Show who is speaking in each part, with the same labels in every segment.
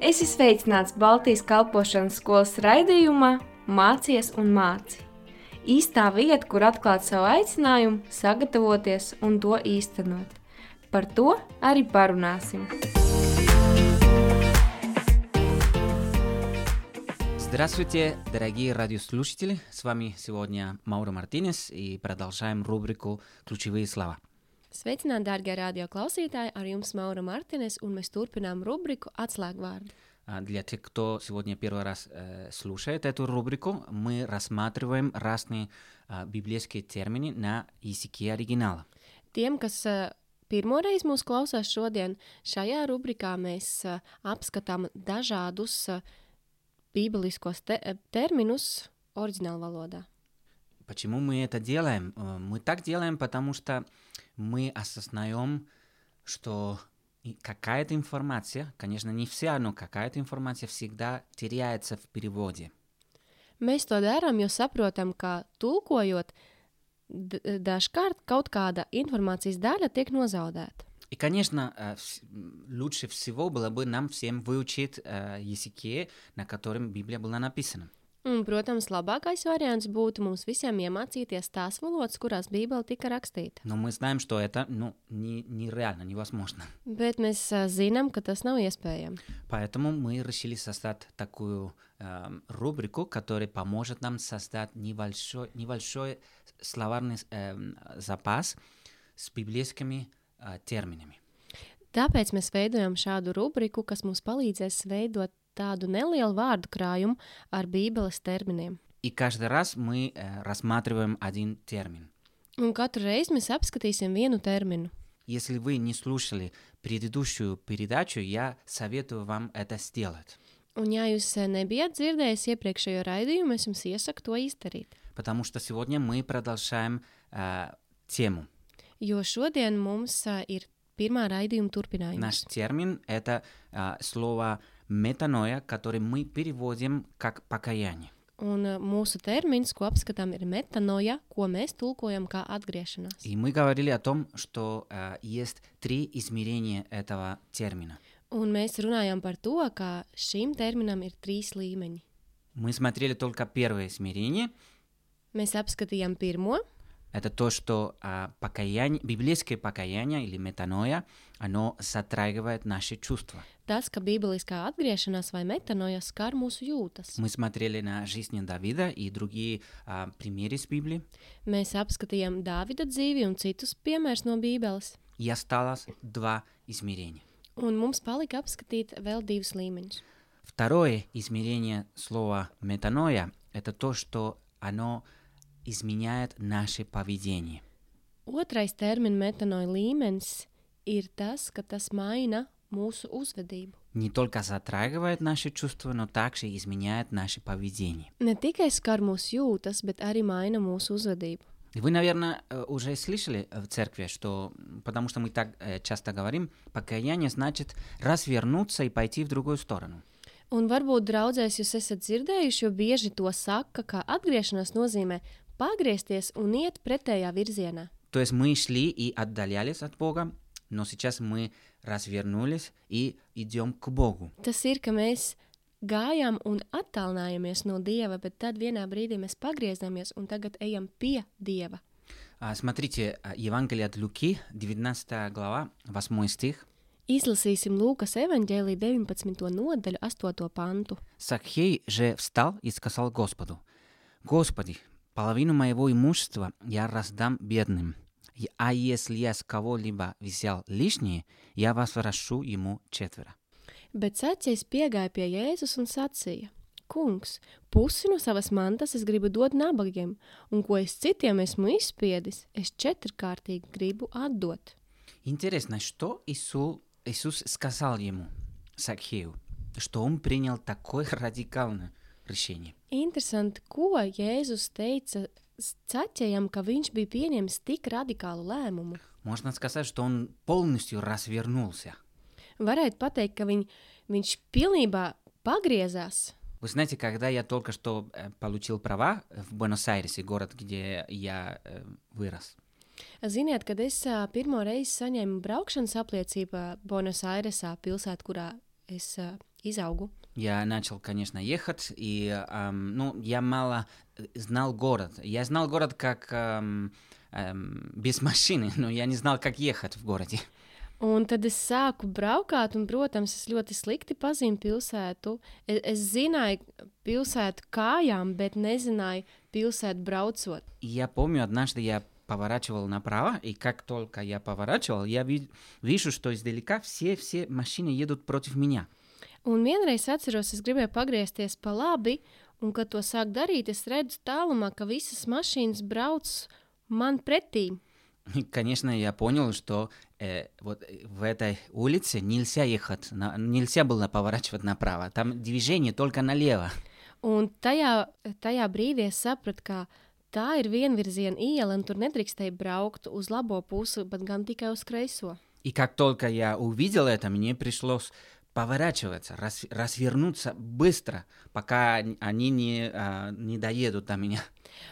Speaker 1: Esi sveicināts Baltijas kalpošanas skolas raidījumā Mācies un māci. Īstā vieta, kur atklāt savu aicinājumu, sagatavoties un to īstenot. Par to arī parunāsim.
Speaker 2: Здравствуйте, дорогие радиослушатели! С вами сегодня Мауро Мартинес и продолжаем рубрику «Ключевые слова».
Speaker 3: Sveicināti, darbie radioklausītāji! Ar jums Maura Martīnes, un mēs turpinām rubriku Atslēgvārdu.
Speaker 2: А Для тех, кто сегодня первый раз э, слушает эту рубрику, мы рассматриваем разные а, библейские термины на языке оригинала.
Speaker 3: Tiem, kas ā, pirmoreiz mūs klausās šodien, šajā rubrikā mēs ā, apskatām dažādus ā, bībeliskos te terminus oriģinālā valodā.
Speaker 2: Почему мы это делаем? Э, Мы так делаем, потому что мы осознаем, что и какая-то информация, конечно, не вся, но какая-то информация всегда теряется в переводе.
Speaker 3: Mēs to darām, jo saprotam, ka tulkojot, d- dažkārt kaut kāda informācijas daļa tiek nozaudēta.
Speaker 2: И, конечно, э, вс- м, лучше всего было бы нам всем выучить э, языке, на котором Библия была написана.
Speaker 3: Un, protams, labākais variants būtu mums visiem iemācīties tās valodas, kurās Bībele tika rakstīta.
Speaker 2: Но мы знаем, что это ну, не, нереально, невозможно.
Speaker 3: Bet mēs ā, zinām, ka tas nav iespējams.
Speaker 2: Поэтому мы решили создать такую эм, рубрику, которая поможет нам создать небольшой, небольшой словарный эм, запас с библейскими э, терминами.
Speaker 3: Tāpēc mēs veidojam šādu rubriku, kas mums palīdzēs veidot tādu nelielu vārdu krājumu ar Bībeles terminiem.
Speaker 2: И каждый раз мы э, рассматриваем один термин.
Speaker 3: Un katru reizi mēs apskatīsim vienu terminu.
Speaker 2: Если вы не слушали предыдущую передачу, я советую вам это сделать,
Speaker 3: Un, ja jūs ā, nebijat dzirdējis iepriekšējo raidījumu, es jums iesaku to izdarīt.
Speaker 2: потому что сегодня мы продолжаем э, тему.
Speaker 3: Jo šodien mums ā, ir pirmā raidījuma turpinājums.
Speaker 2: Наш термин – это а, слово метаноя, которое мы переводим как покаяние.
Speaker 3: Un ā, mūsu termins, ko apskatām, ir metanoja, ko mēs tulkojam kā atgriešanās.
Speaker 2: И мы говорили о том, что а, есть три измерения этого термина.
Speaker 3: Un mēs runājam par to, ka šim terminam ir trīs līmeņi.
Speaker 2: Мы смотрели только первое измерение.
Speaker 3: Mēs apskatījām pirmo,
Speaker 2: Это то, что а, покаяние, библейское покаяние или метаноя, оно затрагивает наши чувства.
Speaker 3: tas, ka bībeliskā atgriešanās vai metanoja skar mūsu jūtas.
Speaker 2: Мы смотрели на жизнь Давида и другие а, примеры из Библии.
Speaker 3: Mēs apskatījām Dāvida dzīvi un citus piemērus no Bībeles,
Speaker 2: И осталось два измерения.
Speaker 3: un mums palika apskatīt vēl divus līmeņus.
Speaker 2: Второе измерение слова метаноя – это то, что оно изменяет наше поведение.
Speaker 3: Otrais termins metanoja līmenis ir tas, ka tas maina mūsu uzvedību.
Speaker 2: Не только затрагивает наши чувства, но также изменяет наше поведение.
Speaker 3: Ne tikai skar mūsu jūtas, bet arī maina mūsu uzvedību.
Speaker 2: И Вы, наверное, э, уже слышали э, в церкви, что, м, потому что мы так э, часто говорим, покаяние значит развернуться и пойти в другую сторону.
Speaker 3: Un varbūt draudzēs jūs esat dzirdējuši, jo bieži to saka, ka atgriešanās nozīmē pagriezties un iet pretējā virzienā.
Speaker 2: То есть мы шли и отдалялись от Бога, но сейчас мы развернулись и идем к Богу.
Speaker 3: Tas ir, ka mēs gājām un attālinājāmies no dieva, bet tad vienā brīdī mēs pagriezāmies un tagad ejam pie dieva.
Speaker 2: А, Смотрите, а, Евангелие от Луки, 19 глава, 8 стих.
Speaker 3: Izlasīsim Lūkas evanģēlī 19. nodaļu 8. pantu.
Speaker 2: Сакхей же встал и сказал Господу, «Господи, половину моего имущества я раздам бедным, и- а если я с кого-либо взял лишнее, я возвращу ему четверо».
Speaker 3: Bet sacīs piegāja pie Jēzus un sacīja: Kungs, pusi no savas mantas es gribu dot nabagiem, un ko es citiem esmu izspiedis, es četrkārtīgi gribu atdot.
Speaker 2: Интересно, что Иису- Иисус сказал ему, Сакхею, что он принял такое радикальное решение.
Speaker 3: Interesanti, ko Jēzus teica Cēķējam, ka viņš bija pieņēmis tik radikālu lēmumu.
Speaker 2: Можно сказать, что он полностью развернулся.
Speaker 3: Varētu teikt, ka viņ, viņš pilnībā pagriezās.
Speaker 2: Вы знаете, когда я только что э, получил права э, в Буэнос-Айресе, город, где я э, вырос,
Speaker 3: Ziniet, kad es ā, pirmo reizi saņēmu braukšanas apliecību ā, Buenos Airesā, pilsētā, kurā es ā, izaugu.
Speaker 2: Я начал, конечно, ехать, и ам, ну, я мало э, знал город. Я знал город как ам, ам, без машины, но я не знал, как ехать в городе.
Speaker 3: Un tad es sāku braukāt, un, protams, es ļoti slikti pazinu pilsētu. Es, es zināju pilsētu kājām, bet nezināju pilsētu braucot.
Speaker 2: И я помню, однажды я поворачивал направо, и как только я поворачивал, я ви- вижу, что издалека все-все машины едут против меня.
Speaker 3: Un vienreiz atceros, es gribēju pagriezties pa labi, un kad to sāku darīt, es redzu tālumā, ka visas mašīnas brauc man pretī.
Speaker 2: И, конечно, я понял, что э, вот э, в этой улице нельзя ехать, на- нельзя было поворачивать направо. Там движение только налево.
Speaker 3: Un tajā, tajā brīdī es sapratu, ka tā ir vienvirziena iela, un tur nedrīkstēja braukt uz labo pusi, bet gan tikai uz kreiso.
Speaker 2: И как только я увидел это, мне пришлось поворачиваться, раз- развернуться быстро, пока н- они не, а, не доедут до меня.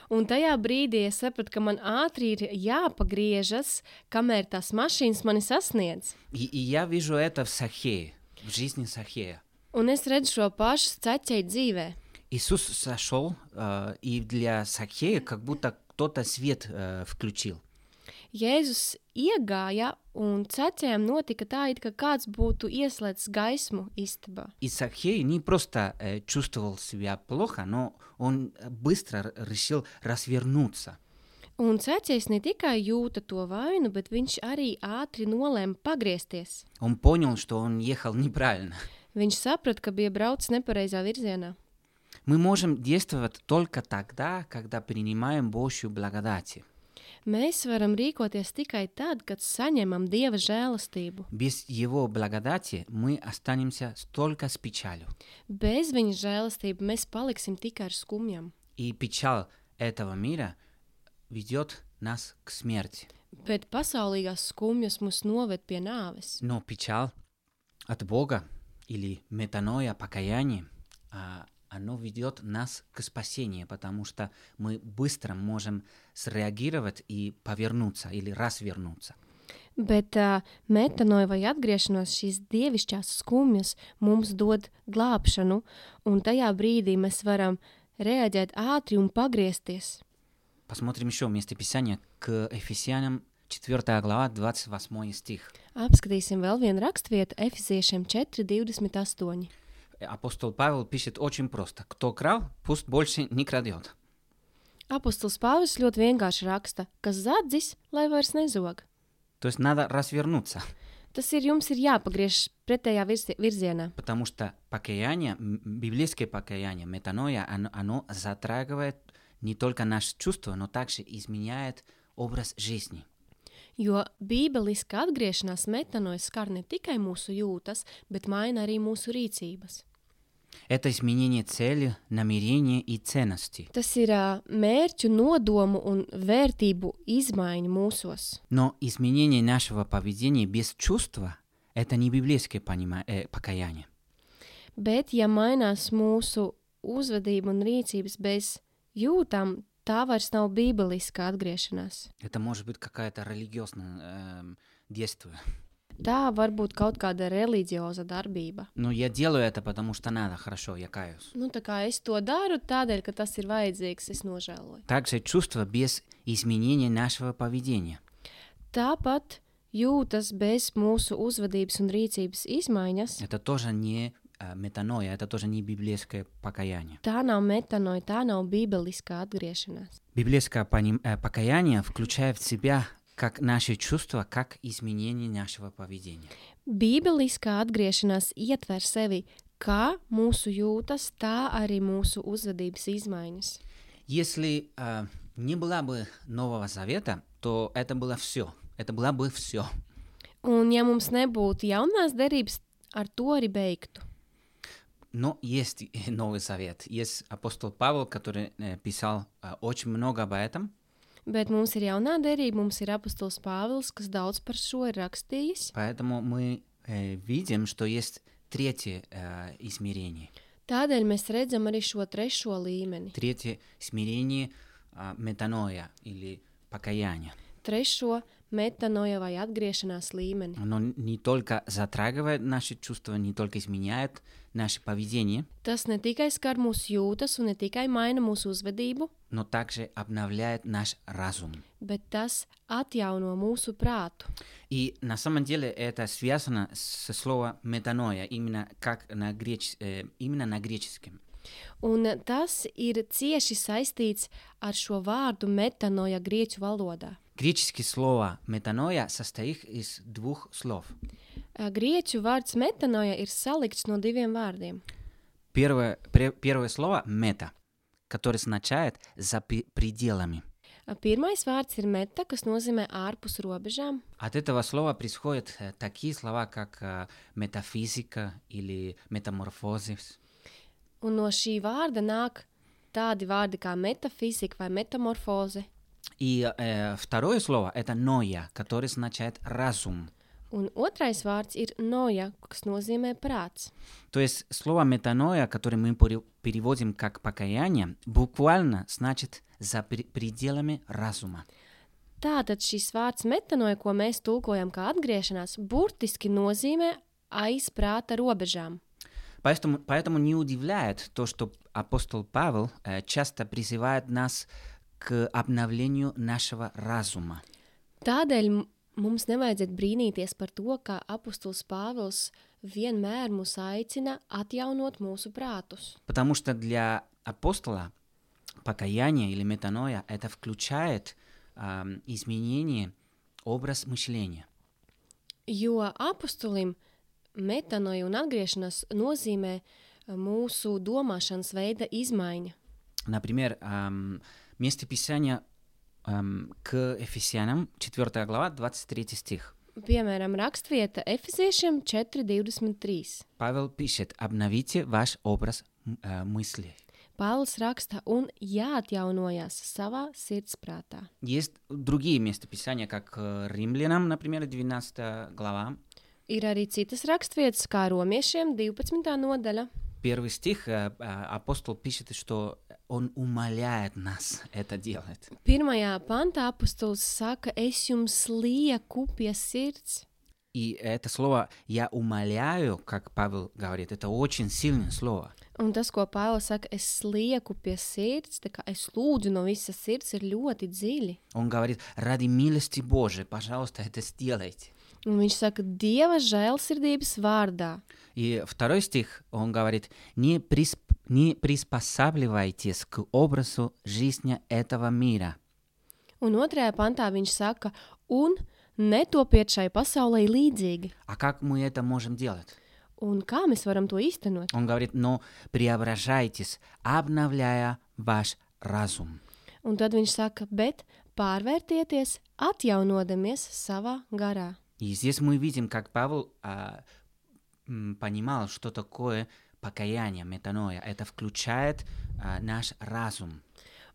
Speaker 3: Un tajā brīdī es sapratu, ka man ātri ir jāpagriežas, kamēr tās mašīnas mani sasniedz.
Speaker 2: И, и я вижу это в Сахее, в жизни Сахея.
Speaker 3: Un es redzu šo pašu ceļu dzīvē.
Speaker 2: Иисус сошел, э, и для Сахея как будто кто-то свет э, включил.
Speaker 3: Jēzus iegāja un ceļiem notika tā, it kā kāds būtu ieslēdzis gaismu istabā.
Speaker 2: И Сахей не просто э, чувствовал себя плохо, но он э, быстро р- решил развернуться.
Speaker 3: Un ceļš ne tikai jūta to vainu, bet viņš arī ātri nolēma pagriezties.
Speaker 2: Он понял, что он ехал неправильно.
Speaker 3: Viņš saprata, ka bija braucis nepareizā virzienā.
Speaker 2: Мы можем действовать только тогда, когда принимаем Божью благодать.
Speaker 3: Mēs varam rīkoties tikai tad, kad saņemam dieva žēlastību.
Speaker 2: Без Его благодати мы останемся только с печалью.
Speaker 3: Bez viņa žēlastības mēs paliksim tikai ar skumjām.
Speaker 2: И печаль этого мира ведет нас к смерти.
Speaker 3: Bet pasaulīgās skumjas mūs noved pie nāves.
Speaker 2: Но ну, печаль от Бога или метаноя, покаяние, а, оно ведет нас к спасению, потому что мы быстро можем среагировать и повернуться или развернуться.
Speaker 3: Bet uh, metanoja vai atgriešanās šīs dievišķās skumjas mums dod glābšanu, un tajā brīdī mēs varam reaģēt ātri un pagriezties.
Speaker 2: Посмотрим еще место Писания к Ефесянам 4 глава 28 стих.
Speaker 3: Apskatīsim vēl vienu raksturvietu, Efeziešiem 4,28.
Speaker 2: Апостол Павел пишет очень просто. Кто крал, пусть больше не крадет.
Speaker 3: Apostols Pāvils ļoti vienkārši raksta, kas zadzis, lai vairs nezog.
Speaker 2: То есть надо развернуться,
Speaker 3: Tas ir jums ir jāpagriež pretējā virzi- virzienā,
Speaker 2: потому что покаяние, м, библейское покаяние, метаноя, оно, оно затрагивает не только наши чувства, но также изменяет образ жизни.
Speaker 3: jo bībeliska atgriešanās metanojas skar ne tikai mūsu jūtas, bet maina arī mūsu rīcības.
Speaker 2: Это изменение цели, намерения и ценностей.
Speaker 3: Tas ir ā, mērķu, nodomu un vērtību izmaiņa mūsos.
Speaker 2: Но изменение нашего поведения без чувства – это не библейское понима- э, покаяние.
Speaker 3: Bet, ja mainās mūsu uzvedība un rīcības bez jūtām, tā vairs nav bībeliska atgriešanās.
Speaker 2: Это может быть какое-то религиозное эм, действие.
Speaker 3: Tā var būt kaut kāda reliģioza darbība.
Speaker 2: Но я делаю это, потому что надо, хорошо, я каюсь.
Speaker 3: Nu, tā kā es to daru tādēļ, ka tas ir vajadzīgs, es nožēloju.
Speaker 2: Также чувство без изменения нашего поведения.
Speaker 3: Tāpat jūtas bez mūsu uzvedības un rīcības izmaiņas.
Speaker 2: Это тоже не э, метаноя, это тоже не библейское покаяние.
Speaker 3: Tā nav metanoja, tā nav bībeliska atgriešanās.
Speaker 2: Библейское поним- э, покаяние включает в себя как наши чувства, как изменение нашего поведения.
Speaker 3: Bībeliskā atgriešanās ietver sevi kā mūsu jūtas, tā arī mūsu uzvedības izmaiņas.
Speaker 2: Если э, не было бы Нового Завета, то это было все. Это было бы все.
Speaker 3: Un, ja mums nebūtu jaunās derības, ar to arī beigtu.
Speaker 2: Но есть и Новый Завет. Есть апостол Павел, который э, писал э, очень много об этом.
Speaker 3: Bet mums ir jaunā derība, mums ir apustulis Pāvils, kas daudz par šo ir rakstījis.
Speaker 2: Поэтому мы э, видим, что есть третье э, измерение.
Speaker 3: Tādēļ mēs redzam arī šo trešo līmeni,
Speaker 2: Третье смирение а, метаноя или покаяния.
Speaker 3: trešo metanoja vai atgriešanās līmeni.
Speaker 2: Оно не только затрагивает наши чувства, не только изменяет наше поведение,
Speaker 3: Tas ne tikai skar mūsu jūtas un ne tikai maina mūsu uzvedību,
Speaker 2: но также обновляет наш разум.
Speaker 3: bet tas atjauno mūsu prātu.
Speaker 2: И на самом деле это связано со словом метаноя, именно как на греч- э, именно на греческом.
Speaker 3: Un tas ir cieši saistīts ar šo vārdu metanoja grieķu valodā.
Speaker 2: Греческое слово метаноя состоит из двух слов.
Speaker 3: Ā, Grieķu vārds metanoja ir salikts no diviem vārdiem.
Speaker 2: Первое, пре- первое слово мета, которое означает за пе- пределами.
Speaker 3: Ā, Pirmais vārds ir meta, kas nozīmē ārpus robežām.
Speaker 2: От этого слова происходят э, такие слова, как э, метафизика или метаморфозис.
Speaker 3: Un no šī vārda nāk tādi vārdi kā metafizika vai metamorfoze.
Speaker 2: И э, второе слово это ноя, которое означает разум.
Speaker 3: Un otrais vārds ir noja, kas nozīmē prāts.
Speaker 2: То есть слово метаноя, которое мы пере- переводим как покаяние, буквально значит за пре- пределами разума.
Speaker 3: Tātad šis vārds metanoja, ko mēs tulkojam kā atgriešanās, burtiski nozīmē aiz prāta robežām.
Speaker 2: Поэтому, поэтому не удивляет то, что апостол Павел э, часто призывает нас к обновлению нашего разума.
Speaker 3: Tādēļ m- mums nevajadzētu brīnīties par to, ka apustulis Pāvils vienmēr mūs aicina atjaunot mūsu prātus.
Speaker 2: Потому что для апостола покаяние или метаноя это включает ам, изменение образ мышления.
Speaker 3: Jo apustulim metanoja un atgriešanās nozīmē e, mūsu domāšanas veida izmaiņa.
Speaker 2: Например, ам, место Писания ам, к Ефесянам, 4 глава, 23 стих.
Speaker 3: Piemēram, rakstvieta Efeziešiem 4.23.
Speaker 2: Павел пишет, обновите ваш образ м, э, мысли.
Speaker 3: Pāvils raksta un jāatjaunojas savā sirdsprātā.
Speaker 2: Есть другие места Писания, как э, римлянам, например, 12 глава,
Speaker 3: Ir arī citas rakstvietas, kā romiešiem 12. nodaļa.
Speaker 2: Первый стих э, э, апостол пишет, что он умоляет нас это делать.
Speaker 3: Pirmajā pantā apustulis saka, es jums lieku pie sirds.
Speaker 2: И это слово «я умоляю», как Павел говорит, это очень сильное слово.
Speaker 3: Un tas, ko Pāvils saka, es lieku pie sirds, tā kā es lūdzu no visas sirds, ir ļoti dziļi.
Speaker 2: Он говорит «ради милости Божией, пожалуйста, это сделайте».
Speaker 3: Un viņš saka, Dieva žēlsirdības vārdā.
Speaker 2: И второй стих, он говорит «не, присп- не приспосабливайтесь к образу жизни этого мира».
Speaker 3: Un otrajā pantā viņš saka, un netopiet šai pasaulē līdzīgi.
Speaker 2: А как мы это можем делать?
Speaker 3: Un kā mēs varam to īstenot?
Speaker 2: Он говорит «но преображайтесь, обновляя ваш разум».
Speaker 3: Un tad viņš saka, bet pārvērtieties, atjaunodamies savā garā.
Speaker 2: И здесь мы видим, как Павел а, м, понимал, что такое покаяние, метаноя. Это включает а, наш разум.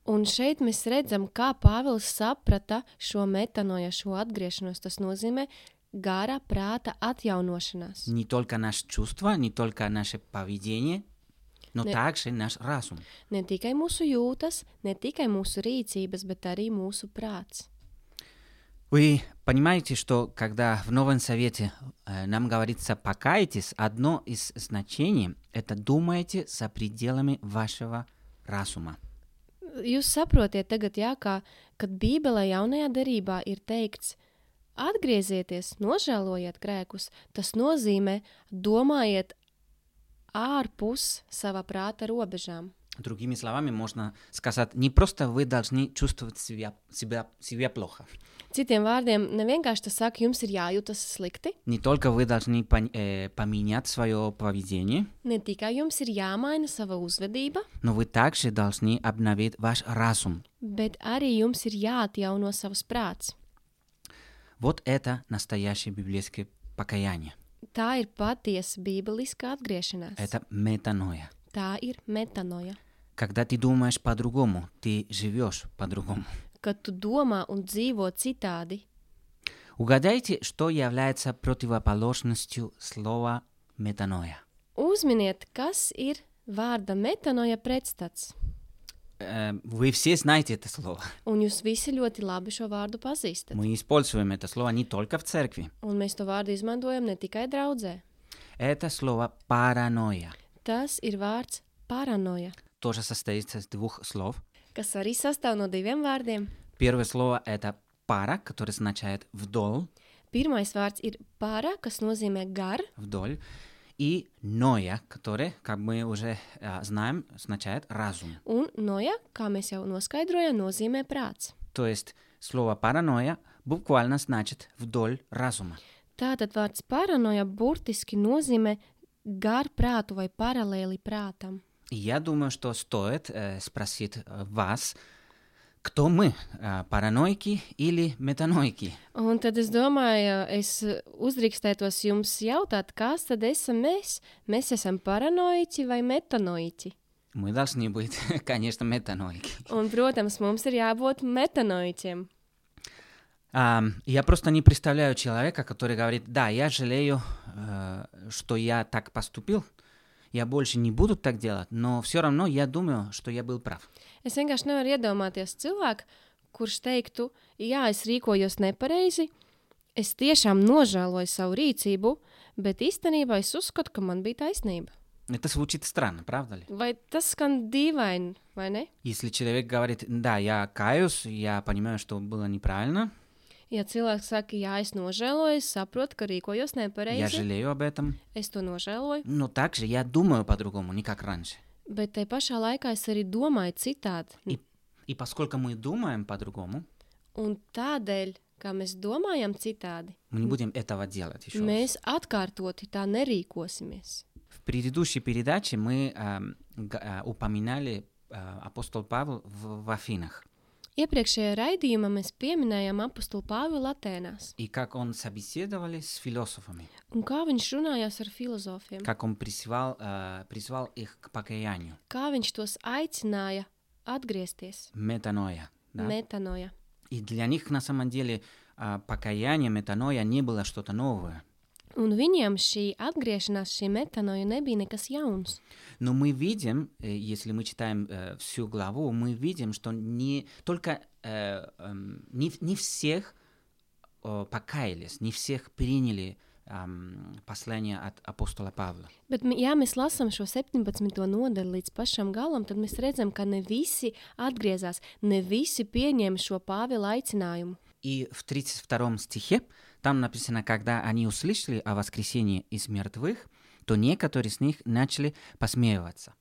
Speaker 3: Un šeit mēs redzam, kā Pāvils saprata šo metanoja, šo atgriešanos. Tas nozīmē gara prāta atjaunošanās.
Speaker 2: Не только наши чувства, не только наше поведение, но
Speaker 3: Не-
Speaker 2: также наш разум.
Speaker 3: Ne tikai mūsu jūtas, ne tikai mūsu rīcības, bet arī mūsu prāts.
Speaker 2: Вы понимаете, что когда в Новом Совете э, нам говорится «покайтесь», одно из значений – это «думайте за пределами вашего разума».
Speaker 3: Jūs saprotiet, tagad, jā, kā, kad Bībelē jaunajā darbā ir teikts, atgriezieties, nožēlojiet grēkus. Tas nozīmē, domājiet ārpus sava prāta robežām.
Speaker 2: Другими словами, можно сказать, не просто вы должны чувствовать себя, себя, себя плохо,
Speaker 3: Citiem vārdiem, ne vienkārši tas saka, jums ir jājūtas slikti,
Speaker 2: не только вы должны пон- э, поменять свое поведение,
Speaker 3: ne tikai jums ir jāmaina sava uzvedība,
Speaker 2: но вы также должны обновить ваш разум.
Speaker 3: bet arī jums ir jāatjauno savs prāts.
Speaker 2: Вот это настоящее библейское покаяние.
Speaker 3: Tā ir patiesa bībeliska atgriešanās.
Speaker 2: Это метаноя.
Speaker 3: Tā ir metanoja.
Speaker 2: Когда ты думаешь по-другому, ты живешь по-другому.
Speaker 3: Kad tu domā un dzīvo citādi,
Speaker 2: Угадайте, что является противоположностью слова метаноя.
Speaker 3: Uzminiet, kas ir vārda metanoja pretstats.
Speaker 2: э, вы все знаете это слово.
Speaker 3: Un jūs visi ļoti labi šo vārdu pazīstat.
Speaker 2: Мы используем это слово не только в церкви.
Speaker 3: Un mēs to vārdu izmantojam ne tikai draudzē.
Speaker 2: Это слово паранойя.
Speaker 3: Tas ir vārds paranoja,
Speaker 2: Тоже состоит из двух слов.
Speaker 3: kas arī sastāv no diviem vārdiem.
Speaker 2: Первое слово это пара, которое означает вдоль,
Speaker 3: Pirmais vārds ir para, kas nozīmē gar,
Speaker 2: вдоль. И ноя, которое, как мы уже э, знаем, означает разум.
Speaker 3: un noja, kā mēs jau noskaidrojām, nozīmē prāts.
Speaker 2: То есть слово паранойя буквально значит вдоль разума.
Speaker 3: Tātad vārds paranoja burtiski nozīmē gar prātu vai paralēli prātam.
Speaker 2: И я думаю, что стоит э, спросить э, вас, кто мы, э, параноики или метаноики?
Speaker 3: Un tad es domāju, es uzdrīkstētos jums jautāt, kas tad esam mēs? Mēs esam paranoiķi vai metanoiķi?
Speaker 2: Мы должны быть, конечно, метаноики.
Speaker 3: Un, protams, mums ir jābūt metanoiķiem.
Speaker 2: Ам, я просто не представляю человека, который говорит, да, я жалею, э, что я так поступил, я больше не буду так делать, но все равно я думаю, что я был прав.
Speaker 3: Es vienkārši nevaru iedomāties cilvēku, kurš teiktu, jā, es rīkojos nepareizi, es tiešām nožēloju savu rīcību, bet īstenībā es uzskatu, ka man bija taisnība.
Speaker 2: Это звучит странно, правда ли?
Speaker 3: Vai tas skan dīvaini, vai ne?
Speaker 2: Если человек говорит, да, я каюсь, я понимаю, что было неправильно,
Speaker 3: Ja cilvēks saka, jā, es nožēloju, es saprotu, ka rīkojos
Speaker 2: я
Speaker 3: nepareizi,
Speaker 2: жалею об этом,
Speaker 3: es to nožēloju,
Speaker 2: Но также я думаю по-другому, не как раньше.
Speaker 3: bet te pašā laikā es arī domāju citādi.
Speaker 2: И, и поскольку мы думаем по-другому,
Speaker 3: Un tādēļ, kā mēs domājam citādi,
Speaker 2: мы не будем этого делать еще.
Speaker 3: mēs atkārtoti tā nerīkosimies.
Speaker 2: В предыдущей передаче мы эм, г- э, упоминали э, апостол Павел в, в Афинах
Speaker 3: Iepriekšējā raidījumā mēs pieminējām apakstu Pāvilu Latvijās,
Speaker 2: и как он собеседовали с философами,
Speaker 3: un kā viņš runājās ar filozofiem,
Speaker 2: как он призвал, э, призвал их к покаянию,
Speaker 3: kā viņš tos aicināja atgriezties,
Speaker 2: метаноя. да.
Speaker 3: metanoja.
Speaker 2: И для них на самом деле э, покаяние, метаноя не было что-то новое.
Speaker 3: Un viņiem šī atgriešanās, šī metanoja nebija nekas jauns.
Speaker 2: Но мы видим, э, если мы читаем э, всю главу, мы видим, что не только э, эм, не, в- не всех э, покаялись, не всех приняли ам, послание от апостола Павла.
Speaker 3: Bet, m- ja mēs lasām šo 17. nodaļu līdz pašam galam, tad mēs redzam, ka ne visi atgriezās, ne visi pieņēma šo Pāvila aicinājumu.
Speaker 2: И в 32 стихе там написано, когда они услышали о воскресении из мертвых, то некоторые из них начали посмеиваться.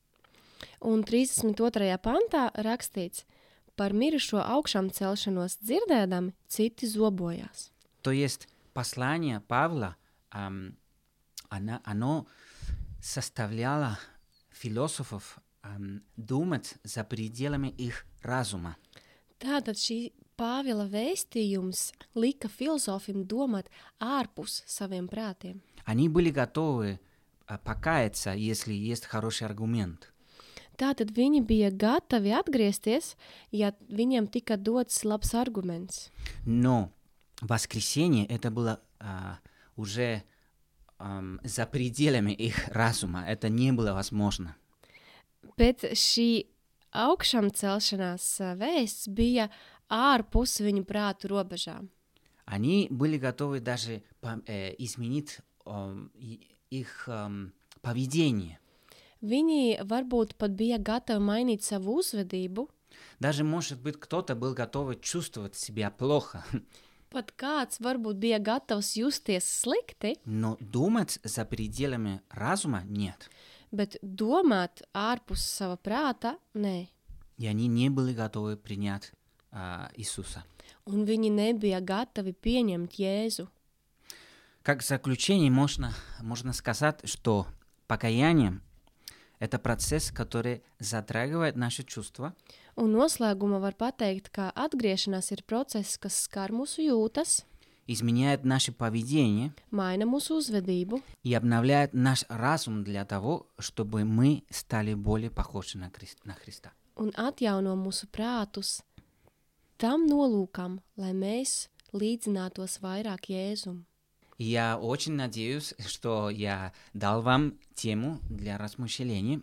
Speaker 3: Un 32. pantā rakstīts, par mirušo augšām celšanos dzirdēdami, citi zobojās.
Speaker 2: То есть послание Павла, ам, она- оно составляло философов ам, думать за пределами их разума.
Speaker 3: Tātad šī Pāvila vēstījums lika filozofiem domāt ārpus saviem prātiem.
Speaker 2: Они были готовы а, покаяться, если есть хороший аргумент.
Speaker 3: Tātad viņi bija gatavi atgriezties, ja viņiem tika dots labs arguments.
Speaker 2: Но воскресенье это было а, уже ам, за пределами их разума. Это не было возможно.
Speaker 3: Bet šī augšām celšanās ā, vēsts bija ārpus viņu prātu robežām.
Speaker 2: Они были готовы даже пом- э, изменить ам, и- их ам, поведение.
Speaker 3: Viņi varbūt pat bija gatavi mainīt savu uzvedību,
Speaker 2: Даже, может быть, кто-то был готов чувствовать себя плохо,
Speaker 3: Pat kāds varbūt bija gatavs justies slikti,
Speaker 2: но думать за пределами разума нет.
Speaker 3: bet domāt ārpus sava prāta, nē.
Speaker 2: И они не были готовы принять а, Иисуса.
Speaker 3: Un viņi nebija gatavi pieņemt Jēzu.
Speaker 2: Как заключение можно, можно сказать, что покаяние – это процесс, который затрагивает наши чувства,
Speaker 3: Un noslēgumā var teikt, ka atgriešanās ir process, kas skar mūsu jūtas,
Speaker 2: изменяет наше поведение
Speaker 3: maina mūsu uzvedību
Speaker 2: и обновляет наш разум для того, чтобы мы стали более похожи на, Крис- на Христа.
Speaker 3: un atjauno mūsu prātus tam nolūkam, lai mēs līdzinātos vairāk Jēzum.
Speaker 2: Я очень надеюсь, что я дал вам тему для размышлений.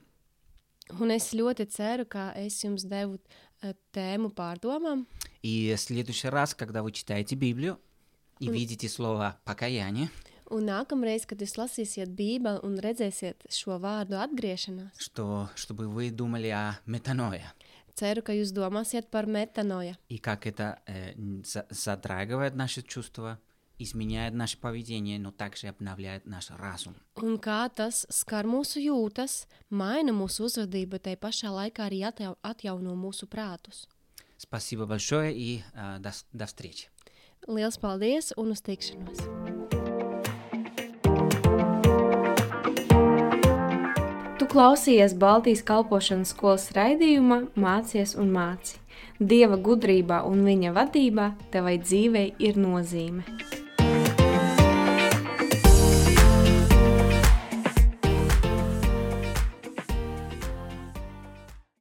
Speaker 3: Un es ļoti ceru, ka es jums devu eh, tēmu pārdomām.
Speaker 2: И в следующий раз, когда вы читаете Библию и
Speaker 3: М.
Speaker 2: видите слово покаяние,
Speaker 3: Un nākamreiz, kad jūs lasīsiet Bībeli un redzēsiet šo vārdu atgriešanās,
Speaker 2: что, чтобы вы думали о метаное
Speaker 3: ceru, ka jūs domāsiet par metanoju
Speaker 2: и как это э, н- за- затрагивает наши чувства, изменяет наше поведение, но также обновляет наш разум.
Speaker 3: un kā tas skar mūsu jūtas, maina mūsu uzvedību, bet tai pašā laikā arī atjau- atjauno mūsu prātus.
Speaker 2: Спасибо большое и э, до с- до встречи.
Speaker 3: Lielas paldies un uz tikšanos!
Speaker 1: Tu klausies Baltijas kalpošanas skolas raidījumā, mācies un māci. Dieva gudrībā un viņa vadībā tevai dzīvei ir nozīme.